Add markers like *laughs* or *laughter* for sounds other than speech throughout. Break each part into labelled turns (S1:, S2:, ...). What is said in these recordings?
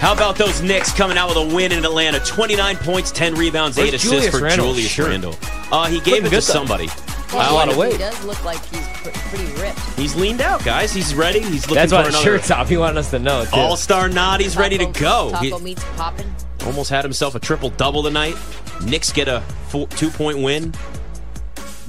S1: How about those Knicks coming out with a win in Atlanta? 29 points, 10 rebounds,
S2: Where's
S1: 8 assists
S2: Julius
S1: for
S2: Randle?
S1: Julius
S2: Sure.
S1: Randle. Uh, he gave
S2: Looking
S1: it to
S2: good, though.
S1: somebody.
S2: By a lot of
S3: He
S2: weight.
S3: does look like he's pr- pretty ripped.
S1: He's leaned out, guys. He's ready. He's looking
S2: That's
S1: for
S2: why the
S1: another
S2: shirt's off. He wanted us to know. Too.
S1: All-star nod. He's ready to
S3: Taco-
S1: go. He
S3: Taco meat's popping.
S1: almost had himself a triple double tonight. Knicks get a four, two-point win.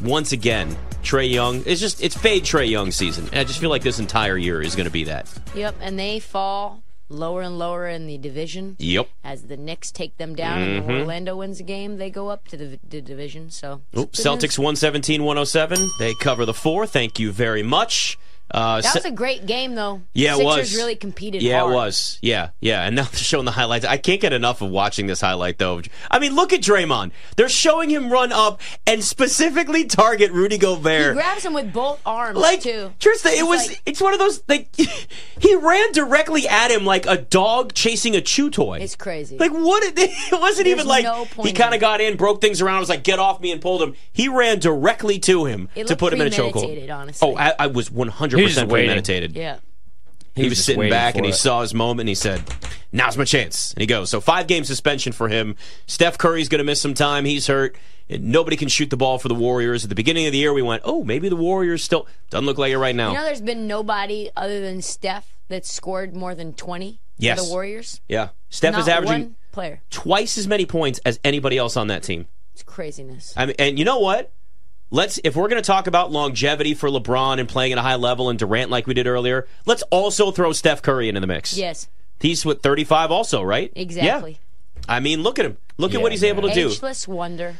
S1: Once again, Trey Young. It's just it's fade Trey Young season. And I just feel like this entire year is going to be that.
S3: Yep, and they fall lower and lower in the division.
S1: Yep.
S3: As the Knicks take them down and
S1: Mm-hmm.
S3: Orlando wins the game, they go up to the, the division. So
S1: Oop, Celtics 117 107. They cover the four. Thank you very much. Uh,
S3: That
S1: Se-
S3: was a great game, though.
S1: Yeah, it
S3: Sixers
S1: was.
S3: really competed.
S1: Yeah,
S3: hard.
S1: it was. Yeah, yeah. And now they're showing the highlights. I can't get enough of watching this highlight, though. I mean, look at Draymond. They're showing him run up and specifically target Rudy
S3: He
S1: Gobert.
S3: grabs him with both arms
S1: like,
S3: too.
S1: Trista, it
S3: It's
S1: was.
S3: like-
S1: it's one of those. Like, *laughs* he ran directly at him like a dog chasing a chew toy.
S3: It's crazy.
S1: Like what? *laughs* It, it wasn't
S3: There's
S1: even like
S3: no
S1: he
S3: point
S1: kind of
S3: in it.
S1: got in, broke things around. Was like, get off me, and pulled him. He ran directly to him
S3: It
S1: to
S3: looked
S1: put him in a chokehold.
S3: premeditated, honestly.
S1: Oh, I, I was one hundred
S2: He was just
S1: percent
S2: waiting.
S1: premeditated.
S3: yeah.
S1: He, was,
S2: just
S1: sitting
S2: waiting
S1: back
S2: for
S1: and he
S2: it.
S1: saw his moment and he said, "Now's my chance." And he goes. So five game suspension for him. Steph Curry's going to miss some time. He's hurt. And nobody can shoot the ball for the Warriors. At the beginning of the year, we went, "Oh, maybe the Warriors still doesn't look like it right now."
S3: You know, there's been nobody other than Steph that's scored more than 20 for
S1: Yes.
S3: the Warriors.
S1: yeah, Steph
S3: Not
S1: is averaging
S3: one player.
S1: twice as many points as anybody else on that team.
S3: It's craziness.
S1: I mean, and you know what? Let's if we're going to talk about longevity for LeBron and playing at a high level and Durant like we did earlier, let's also throw Steph Curry into the mix.
S3: yes,
S1: he's with 35 also, right? Yeah.
S3: exactly.
S1: I mean, look at him. Look at
S2: Yeah,
S1: what he's able to do.
S3: Ageless wonder.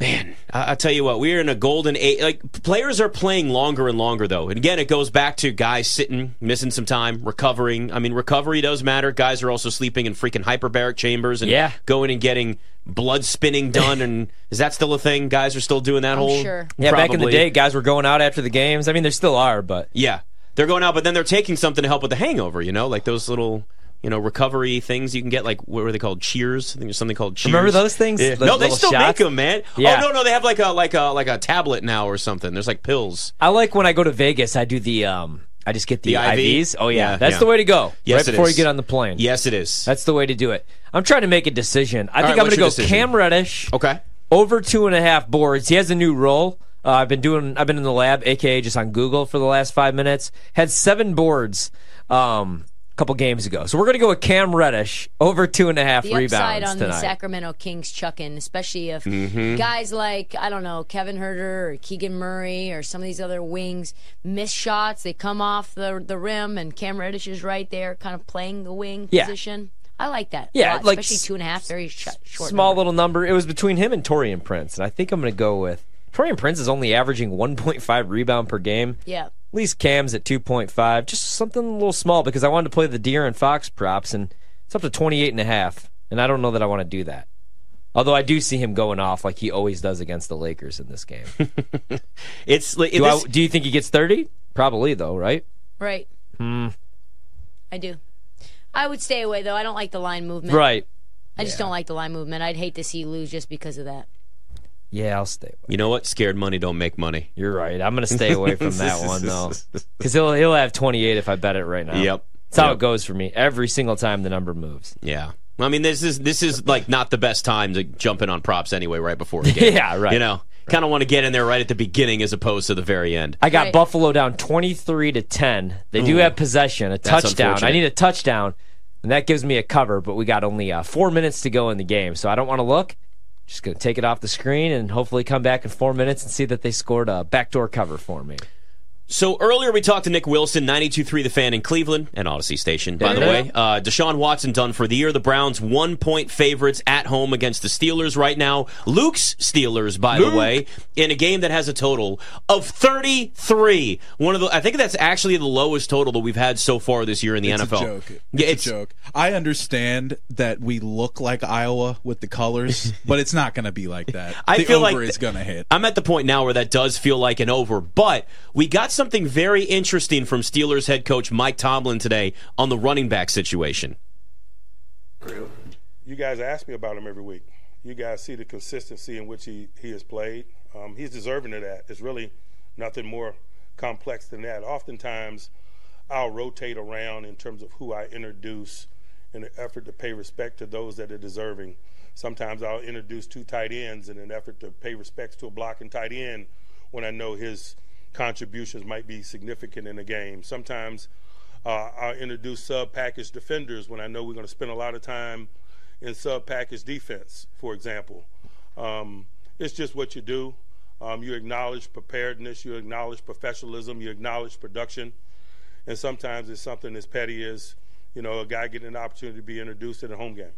S1: Man, I, I tell you what, we're in a golden age. Like players are playing longer and longer, though. And again, it goes back to guys sitting, missing some time, recovering. I mean, recovery does matter. Guys are also sleeping in freaking hyperbaric chambers and
S2: Yeah.
S1: going and getting blood spinning
S2: *laughs*
S1: done. and is that still a thing? Guys are still doing that whole.
S3: sure.
S2: yeah, back in the
S1: Probably.
S2: day, guys were going out after the games. I mean, there still are, but
S1: Yeah, they're going out, but then they're taking something to help with the hangover. You know, like those little. You know, recovery things you can get, like, what were they called? Cheers? I think there's something called cheers.
S2: Remember those things?
S1: Yeah.
S2: Those
S1: no, they
S2: little
S1: still
S2: shots?
S1: make them, man.
S2: Yeah.
S1: Oh, no, no, they have like a, like a, like a tablet now or something. There's like pills.
S2: I like when I go to Vegas. I do the um, I just get the,
S1: The IV?
S2: IVs. Oh yeah,
S1: Yeah,
S2: that's
S1: yeah.
S2: the way to go.
S1: Yes,
S2: right
S1: it
S2: before
S1: is.
S2: you get on the plane.
S1: Yes, it is.
S2: that's the way to do it. I'm trying to make a decision. I
S1: All
S2: think
S1: right, what's
S2: I'm going to go
S1: your decision?
S2: Cam Reddish
S1: okay.
S2: over two and a half boards. He has a new role. Uh, I've been doing. I've been in the lab, aka just on Google for the last five minutes. Had seven boards. Um. a Couple games ago, so we're going to go with Cam Reddish over two and a half
S3: the upside
S2: rebounds
S3: on the
S2: tonight. Mm-hmm.
S3: Sacramento Kings chucking, especially if guys like I don't know Kevin Herter or Keegan Murray or some of these other wings miss shots, they come off the the rim, and Cam Reddish is right there, kind of playing the wing
S2: Yeah.
S3: position. I like that. a
S2: Yeah,
S3: lot,
S2: like
S3: especially
S2: s-
S3: two and a half, very sh- short.
S2: small
S3: number.
S2: little number. It was between him and Torian Prince, and I think I'm going to go with Torian Prince is only averaging 1.5 rebound per game.
S3: Yeah.
S2: At least Cam's at 2.5, just something a little small because I wanted to play the Deer and Fox props, and it's up to 28 and a half, and I don't know that I want to do that. Although I do see him going off like he always does against the Lakers in
S1: *laughs*
S2: this game. do,
S1: It's like
S2: I-
S1: this,
S2: do you think he gets 30? Probably though, right?
S3: right. Hmm. I do. I would stay away though. I don't like the line movement.
S2: Right.
S3: I just don't like the line movement. I'd hate to see lose just because of that.
S2: Yeah, I'll stay. away.
S1: you know what? Scared money don't make money.
S2: You're right. I'm going
S1: *laughs*
S2: to stay away from that one though, because he'll he'll have 28 if I bet it right now.
S1: Yep.
S2: That's how
S1: Yep.
S2: it goes for me. Every single time the number moves.
S1: Yeah. I mean, this is this is like not the best time to jump in on props anyway, right before a game.
S2: *laughs* Yeah, right.
S1: You know, kind of want to get in there right at the beginning as opposed to the very end.
S2: I got
S3: Right.
S2: Buffalo down 23 to 10. They do have possession, a touchdown. I
S1: unfortunate.
S2: need a touchdown, and that gives me a cover, but we got only uh, four minutes to go in the game, so I don't want to look. Just going to take it off the screen and hopefully come back in four minutes and see that they scored a backdoor cover for me.
S1: So earlier we talked to Nick Wilson, 92.3 The Fan in Cleveland and Odyssey Station, by the way. Uh, Deshaun Watson done for the year. The Browns one-point favorites at home against the Steelers right now. Luke's Steelers, by the way, in a game that has a total of 33. One of the, I think that's actually the lowest total that we've had so far this year in the
S4: It's
S1: NFL.
S4: a joke. It's,
S1: Yeah,
S4: a joke. I understand that we look like Iowa with the colors, but it's not going to be like that.
S1: I
S4: the
S1: feel
S4: over
S1: like th-
S4: is going to hit.
S1: I'm at the point now where that does feel like an over, but we got something very interesting from Steelers head coach Mike Tomlin today on the running back situation.
S5: you guys ask me about him every week. You guys see the consistency in which he, he has played. Um, he's deserving of that. It's really nothing more complex than that. Oftentimes, I'll rotate around in terms of who I introduce in an effort to pay respect to those that are deserving. Sometimes I'll introduce two tight ends in an effort to pay respects to a blocking tight end when I know his contributions might be significant in the game. Sometimes uh, I'll introduce sub package defenders when I know we're going to spend a lot of time in sub package defense, for example. Um, it's just what you do. Um, you acknowledge preparedness, you acknowledge professionalism, you acknowledge production. And sometimes it's something as petty as, you know, a guy getting an opportunity to be introduced at a home game.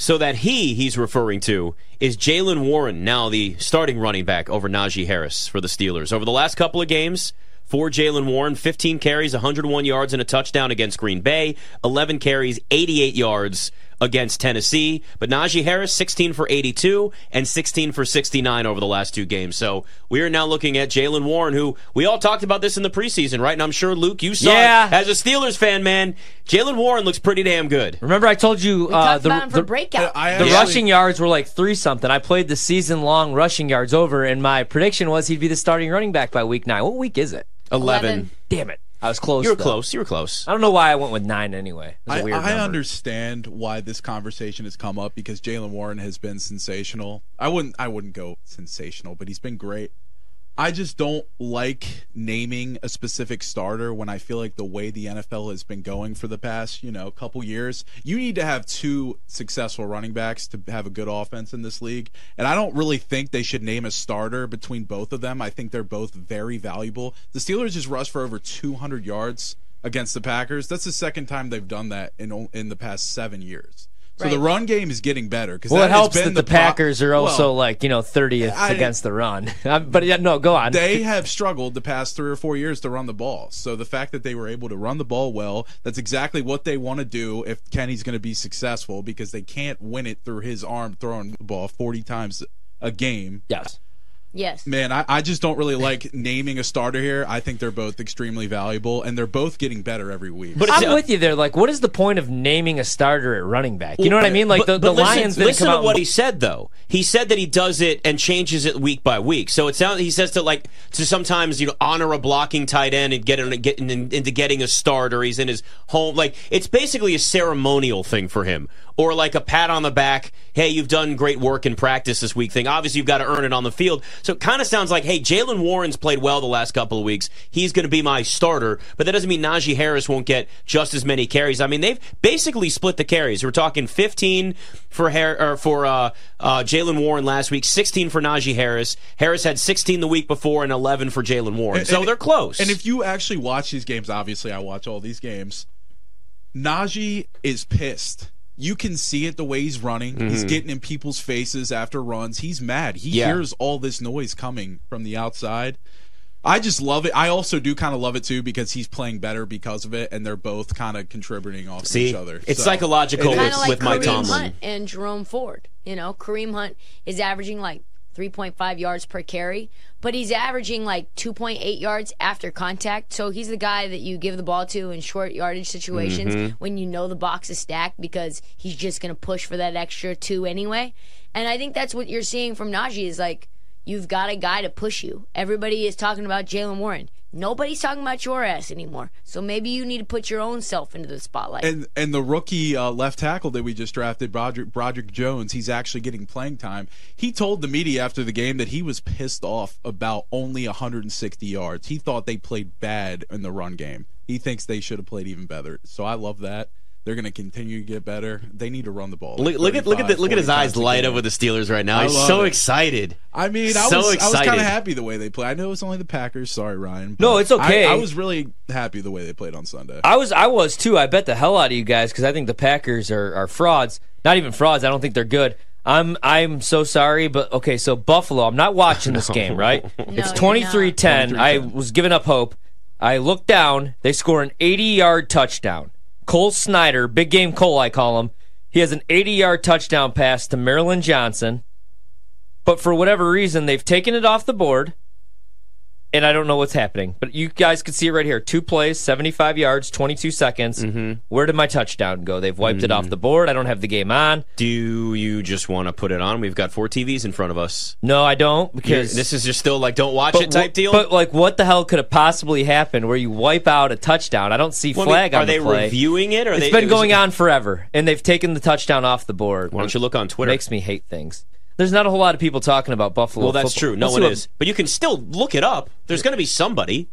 S1: So that he he's referring to is Jalen Warren, now the starting running back over Najee Harris for the Steelers. Over the last couple of games, for Jalen Warren, 15 carries, 101 yards, and a touchdown against Green Bay, 11 carries, 88 yards against Tennessee. But Najee Harris, 16 for 82 and 16 for 69 over the last two games. So we are now looking at Jalen Warren, who we all talked about this in the preseason, right? And I'm sure, Luke, you saw it.
S2: Yeah.
S1: as a Steelers fan, man, Jalen Warren looks pretty damn good.
S2: Remember, I told you uh,
S3: Talked
S2: the,
S3: about him for
S2: the-
S3: breakout.
S4: I
S2: the
S4: actually-
S2: rushing yards were like three something. I played the season long rushing yards over, and my prediction was he'd be the starting running back by week nine. What week is it? Oh,
S1: 11.
S3: Eleven.
S2: Damn it. I was close.
S1: You were
S2: though.
S1: close. You were close.
S2: I don't know why I went with nine anyway. It was a
S4: I,
S2: weird
S4: I
S2: number.
S4: understand why this conversation has come up because Jalen Warren has been sensational. I wouldn't I wouldn't go sensational, but he's been great. I just don't like naming a specific starter when I feel like the way the NFL has been going for the past, you know, couple years, you need to have two successful running backs to have a good offense in this league. And I don't really think they should name a starter between both of them. I think they're both very valuable. The Steelers just rushed for over 200 yards against the Packers. That's the second time they've done that in o- in the past 7 years. So
S3: Right.
S4: the run game is getting better because
S2: Well,
S4: that
S2: it
S4: has
S2: helps
S4: been
S2: that the,
S4: pro-
S2: Packers are also
S4: Well,
S2: like you know thirtieth
S4: I-
S2: against the run. *laughs* Um, but yeah, no, go on.
S4: they have struggled the past three or four years to run the ball. So the fact that they were able to run the ball well, that's exactly what they want to do if Kenny's going to be successful because they can't win it through his arm throwing the ball 40 times a game.
S2: yes.
S3: Yes.
S4: Man, I, I just don't really like naming a starter here. I think they're both extremely valuable and they're both getting better every week.
S1: But it's-
S2: I'm with you there. Like, what is the point of naming a starter at running back? You know what I mean? Like the, the
S1: listen,
S2: Lions didn't
S1: Listen
S2: come
S1: to
S2: out
S1: what
S2: and-
S1: he said though. He said that he does it and changes it week by week. So it sounds he says to like to sometimes you know honor a blocking tight end and get, in, get in, into getting a starter. He's in his home like it's basically a ceremonial thing for him or like a pat on the back. Hey, you've done great work in practice this week. Thing obviously you've got to earn it on the field. So it kind of sounds like hey, Jalen Warren's played well the last couple of weeks. He's going to be my starter, but that doesn't mean Najee Harris won't get just as many carries. I mean they've basically split the carries. We're talking 15 for Har- or for uh, uh, Jalen Warren last week, 16 for Najee Harris. Harris had 16 the week before and 11 for Jalen Warren. so
S4: and-
S1: they're close.
S4: And if you actually watch these games, obviously I watch all these games. Najee is pissed. You can see it the way he's running. He's getting in people's faces after runs. He's mad. He
S1: Mm-hmm. Yeah.
S4: hears all this noise coming from the outside. I just love it. I also do kind of love it too because he's playing better because of it, and they're both kind of contributing off of
S1: See,
S4: each other.
S1: it's
S4: So,
S1: psychological with,
S4: it
S3: kind
S4: is.
S3: of like
S1: with
S3: Kareem
S1: Mike Tomlin.
S3: Hunt and Jerome Ford. You know, Kareem Hunt is averaging like 3.5 yards per carry, but he's averaging like 2.8 yards after contact. So he's the guy that you give the ball to in short yardage situations
S1: Mm-hmm.
S3: when you know the box is stacked because he's just going to push for that extra two anyway. And I think that's what you're seeing from Najee is like you've got a guy to push you. Everybody is talking about Jalen Warren. Nobody's talking about your ass anymore. So maybe you need to put your own self into the spotlight.
S4: And and the rookie uh, left tackle that we just drafted, Broderick, Broderick Jones, he's actually getting playing time. He told the media after the game that he was pissed off about only 160 yards. He thought they played bad in the run game. He thinks they should have played even better. So I love that. They're going to continue to get better. They need to run the ball. like
S1: Look, look at look at the,
S4: 35,
S1: look at his
S4: 40
S1: eyes
S4: times a
S1: light
S4: game.
S1: up with the Steelers right now.
S4: I
S1: He's
S4: love
S1: so
S4: it.
S1: excited.
S4: I mean, I
S1: So
S4: was I was
S1: excited.
S4: kind of happy the way they played. I know it's only the Packers. Sorry, Ryan.
S2: No,
S4: but
S2: it's okay.
S4: I, I was really happy the way they played on Sunday.
S2: I was I was too. I bet the hell out of you guys because I think the Packers are, are frauds. Not even frauds. I don't think they're good. I'm I'm so sorry, but okay. So Buffalo, I'm not watching this game, right? it's
S3: you're
S2: 23-10. I was giving up hope. I look down. They score an 80-yard touchdown. Cole Snyder, big game Cole, I call him. He has an 80-yard touchdown pass to Marilyn Johnson, but for whatever reason, they've taken it off the board. and I don't know what's happening, but you guys could see it right here. Two plays, 75 yards, 22 seconds. Where did my touchdown go? They've wiped it off the board. I don't have the game on.
S1: Do you just want to put it on? We've got four TVs in front of us.
S2: No, I don't because
S1: this is just still like don't watch
S2: but
S1: it type
S2: wh-
S1: deal.
S2: But like, what the hell could have possibly happened where you wipe out a touchdown? I don't see
S1: Well, I mean,
S2: flag
S1: are
S2: on
S1: they
S2: the play.
S1: reviewing it? Or
S2: It's
S1: they,
S2: been
S1: it was-
S2: going on forever, and they've taken the touchdown off the board.
S1: Why don't you look on Twitter?
S2: Makes me hate things. There's not a whole lot of people talking about Buffalo.
S1: well, that's
S2: football.
S1: true. No
S2: Let's
S1: one
S2: see what-
S1: is, but you can still look it up. There's going to be somebody.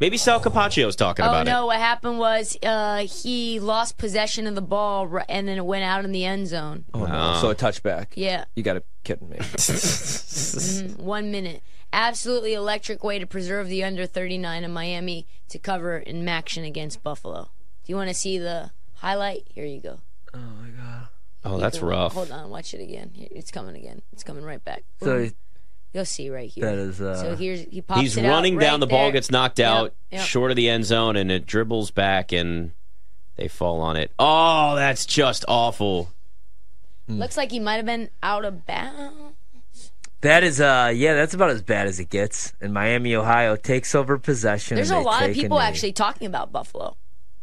S1: Maybe Sal Capaccio's talking
S3: Oh
S1: about
S3: no!
S1: it.
S3: What happened was uh, he lost possession of the ball ri- and then it went out in the end zone.
S2: Oh, no. So a touchback.
S3: Yeah,
S2: You got to kidding me.
S3: one minute. Absolutely electric way to preserve the under 39 of Miami to cover in action against Buffalo. Do you want to see the highlight? Here you go.
S1: Oh, that's
S3: Go-
S1: rough.
S3: Hold on, watch it again. Here- It's coming again. It's coming right back.
S2: So
S3: You'll see right here.
S2: That is, uh,
S3: so here's he pops
S1: He's
S3: it out
S1: running
S3: right
S1: down. The ball
S3: there.
S1: gets knocked
S3: Yep,
S1: out
S3: yep.
S1: short of the end zone, and it dribbles back, and they fall on it. Oh, that's just awful.
S3: Looks like he might have been out of bounds.
S6: That is, uh, yeah, that's about as bad as it gets. And Miami, Ohio takes over possession.
S3: There's
S6: and
S3: a
S6: they
S3: lot of
S6: take a
S3: people
S6: knee.
S3: actually talking about Buffalo.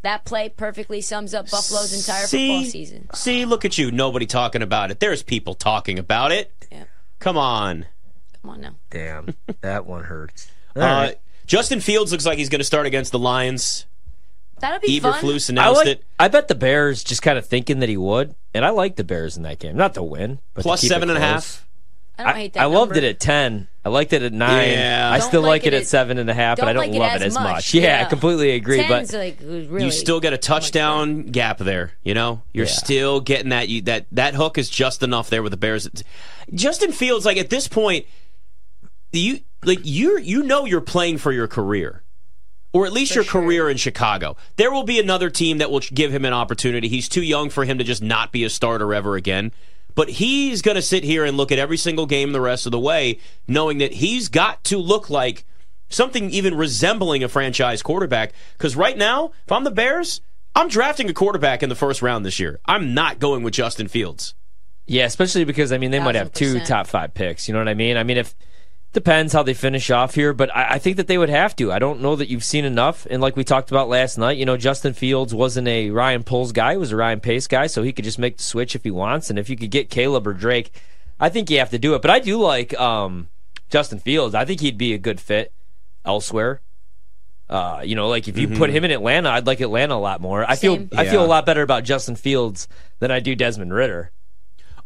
S3: That play perfectly sums up Buffalo's entire
S1: see,
S3: football season.
S1: See, look at you. Nobody talking about it. There's people talking about it.
S3: Yeah.
S1: Come on.
S3: Come on now. *laughs*
S6: Damn, that one hurts. All
S1: Uh,
S6: right.
S1: Justin Fields looks like he's going to start against the Lions.
S3: That'll be fun.
S1: Eberflus
S2: I
S1: announced
S2: like.
S1: it.
S2: I bet the Bears just kind of thinking that he would, and I like the Bears in that game, not to win, but to
S1: Plus
S2: keep it
S1: seven and a
S2: close.
S1: half.
S3: I don't
S2: I,
S3: hate that.
S2: I loved
S3: number.
S2: it at ten. I liked it at nine.
S1: Yeah.
S2: I
S3: Don't
S2: still
S3: like
S2: like it
S3: it
S2: at seven and a half, but I
S3: don't
S2: don't
S3: like it
S2: love
S3: as
S2: it as
S3: much.
S2: much. Yeah, I
S3: Yeah.
S2: completely agree.
S3: Ten's
S2: But
S3: like uh, really.
S1: You still get a touchdown gap there. You know, you're
S2: Yeah.
S1: still getting that. You, that that hook is just enough there with the Bears. It's- Justin Fields, like at this point, you like you you know you're playing for your career, or at least your career in Chicago. There will be another team that will give him an opportunity. He's too young for him to just not be a starter ever again. But he's going to sit here and look at every single game the rest of the way, knowing that he's got to look like something even resembling a franchise quarterback. Because right now, if I'm the Bears, I'm drafting a quarterback in the first round this year. I'm not going with Justin Fields.
S2: yeah, especially because I mean they might have two
S3: 1000%.
S2: top five picks. You know what I mean? I mean if depends how they finish off here, but I, I think that they would have to. I don't know that you've seen enough. And like we talked about last night, you know Justin Fields wasn't a Ryan Poles guy; he was a Ryan Pace guy, so he could just make the switch if he wants. And if you could get Caleb or Drake, I think you have to do it. But I do like um, Justin Fields. I think he'd be a good fit elsewhere. Uh, you know, like if you put him in Atlanta, I'd like Atlanta a lot more. I feel
S3: Same.
S2: I feel a lot better about Justin Fields than I do Desmond Ritter.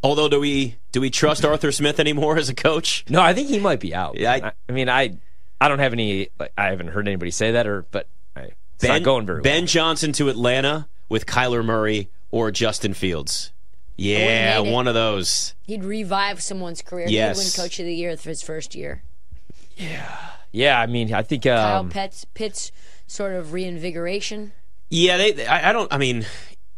S1: Although, do we do we trust Arthur Smith anymore as a coach?
S2: No, I think he might be out.
S1: Yeah, I-
S2: I, I mean, I I don't have any. Like, I haven't heard anybody say that, or but I, it's not going very
S1: Ben Johnson to Atlanta with Kyler Murray or Justin Fields. Yeah,
S3: hate it.
S1: one of those.
S3: He'd revive someone's career.
S1: Yes.
S3: He'd win Coach of the Year for his first year.
S2: well. Yeah, I mean, I think
S3: Kyle
S2: um,
S3: Pitts, Pitts sort of reinvigoration.
S1: Yeah, they, they- I, I don't. I mean,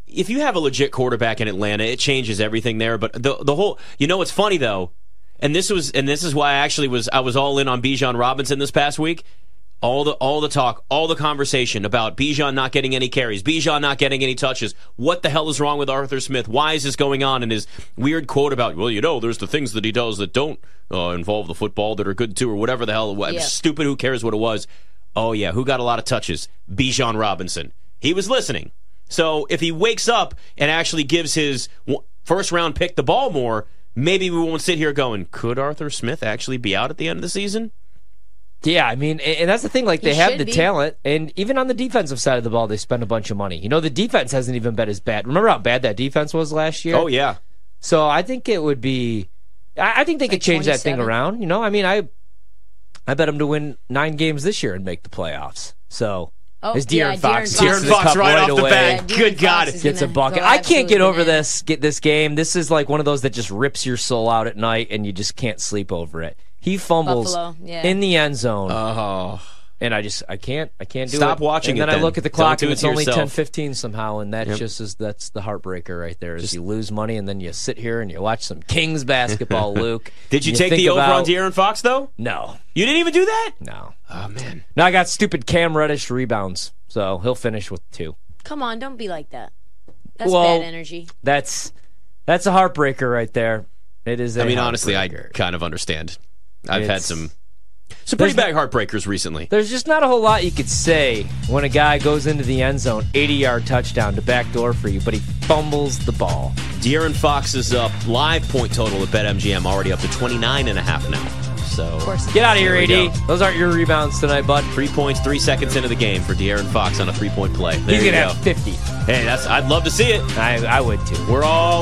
S1: if you have a legit quarterback in Atlanta, it changes everything there. But the the whole, you know, what's funny though, and this was and this is why I actually was I was all in on Bijan Robinson this past week. All the all the talk, all the conversation about Bijan not getting any carries, Bijan not getting any touches. What the hell is wrong with Arthur Smith? Why is this going on? And his weird quote about, well, you know, there's the things that he does that don't uh, involve the football that are good too, or whatever the hell it was.
S3: Yeah.
S1: Stupid. Who cares what it was? Oh yeah, who got a lot of touches? Bijan Robinson. He was listening. So if he wakes up and actually gives his w- first round pick the ball more, maybe we won't sit here going, could Arthur Smith actually be out at the end of the season?
S2: Yeah, I mean, and, and that's the thing. Like
S3: He
S2: they have
S3: should
S2: the
S3: be.
S2: talent, and even on the defensive side of the ball, they spend a bunch of money. You know, the defense hasn't even been as bad. Remember how bad that defense was last year?
S1: Oh yeah.
S2: So I think it would be. I, I think they could change that thing
S3: 27.
S2: around. You know, I mean, I I bet him to win nine games this year and make the playoffs. So
S3: Oh,
S2: it's
S3: yeah,
S2: De'Aaron Fox. takes
S3: De'Aaron Fox.
S2: the
S1: De'Aaron Fox
S2: cup
S1: right off the
S2: away.
S1: bat.
S3: De'Aaron
S1: Good
S3: Fox
S1: God.
S3: is
S2: Gets a
S3: gonna
S2: bucket.
S3: go
S2: I can't get
S3: absolutely
S2: over
S3: bananas.
S2: this. Get this game. This is like one of those that just rips your soul out at night, and you just can't sleep over it. He fumbles
S3: Buffalo, yeah.
S2: in the end zone,
S1: Oh.
S2: and I just I can't I can't do it.
S1: Stop watching
S2: And then
S1: it
S2: I
S1: then.
S2: look at the
S1: Don't
S2: clock,
S1: do
S2: and
S1: it
S2: it's
S1: to
S2: only
S1: yourself.
S2: ten fifteen somehow, and that just is that's the heartbreaker right there. Is you lose money, and then you sit here and you watch some
S1: *laughs*
S2: Kings basketball, Luke.
S1: Did you,
S2: and
S1: take
S2: think
S1: the over on
S2: about-
S1: De'Aaron Fox though?
S2: No,
S1: You didn't even do that?
S2: no,
S1: Oh man.
S2: no. I got stupid Cam Reddish rebounds, so he'll finish with two.
S3: Come on, don't be like that. That's
S2: Well,
S3: bad energy.
S2: That's that's a heartbreaker right there. It is. I
S1: I mean honestly, I
S2: heartbreaker.
S1: kind of understand. I've had
S2: It's-
S1: some Some pretty
S2: There's-
S1: bad heartbreakers recently.
S2: There's just not a whole lot you could say when a guy goes into the end zone, 80 yard touchdown to backdoor for you, but he fumbles the ball.
S1: De'Aaron Fox is up live point total at BetMGM, already up to 29 and a half now. So
S3: course.
S2: Get out of here,
S1: There we
S2: AD.
S1: go.
S2: Those aren't your rebounds tonight, bud.
S1: three points, three seconds into the game for De'Aaron Fox on a three point play. There
S2: He's
S1: you
S2: going to
S1: go.
S2: have 50.
S1: Hey, that's I'd love to see it.
S2: I, I would too.
S1: We're all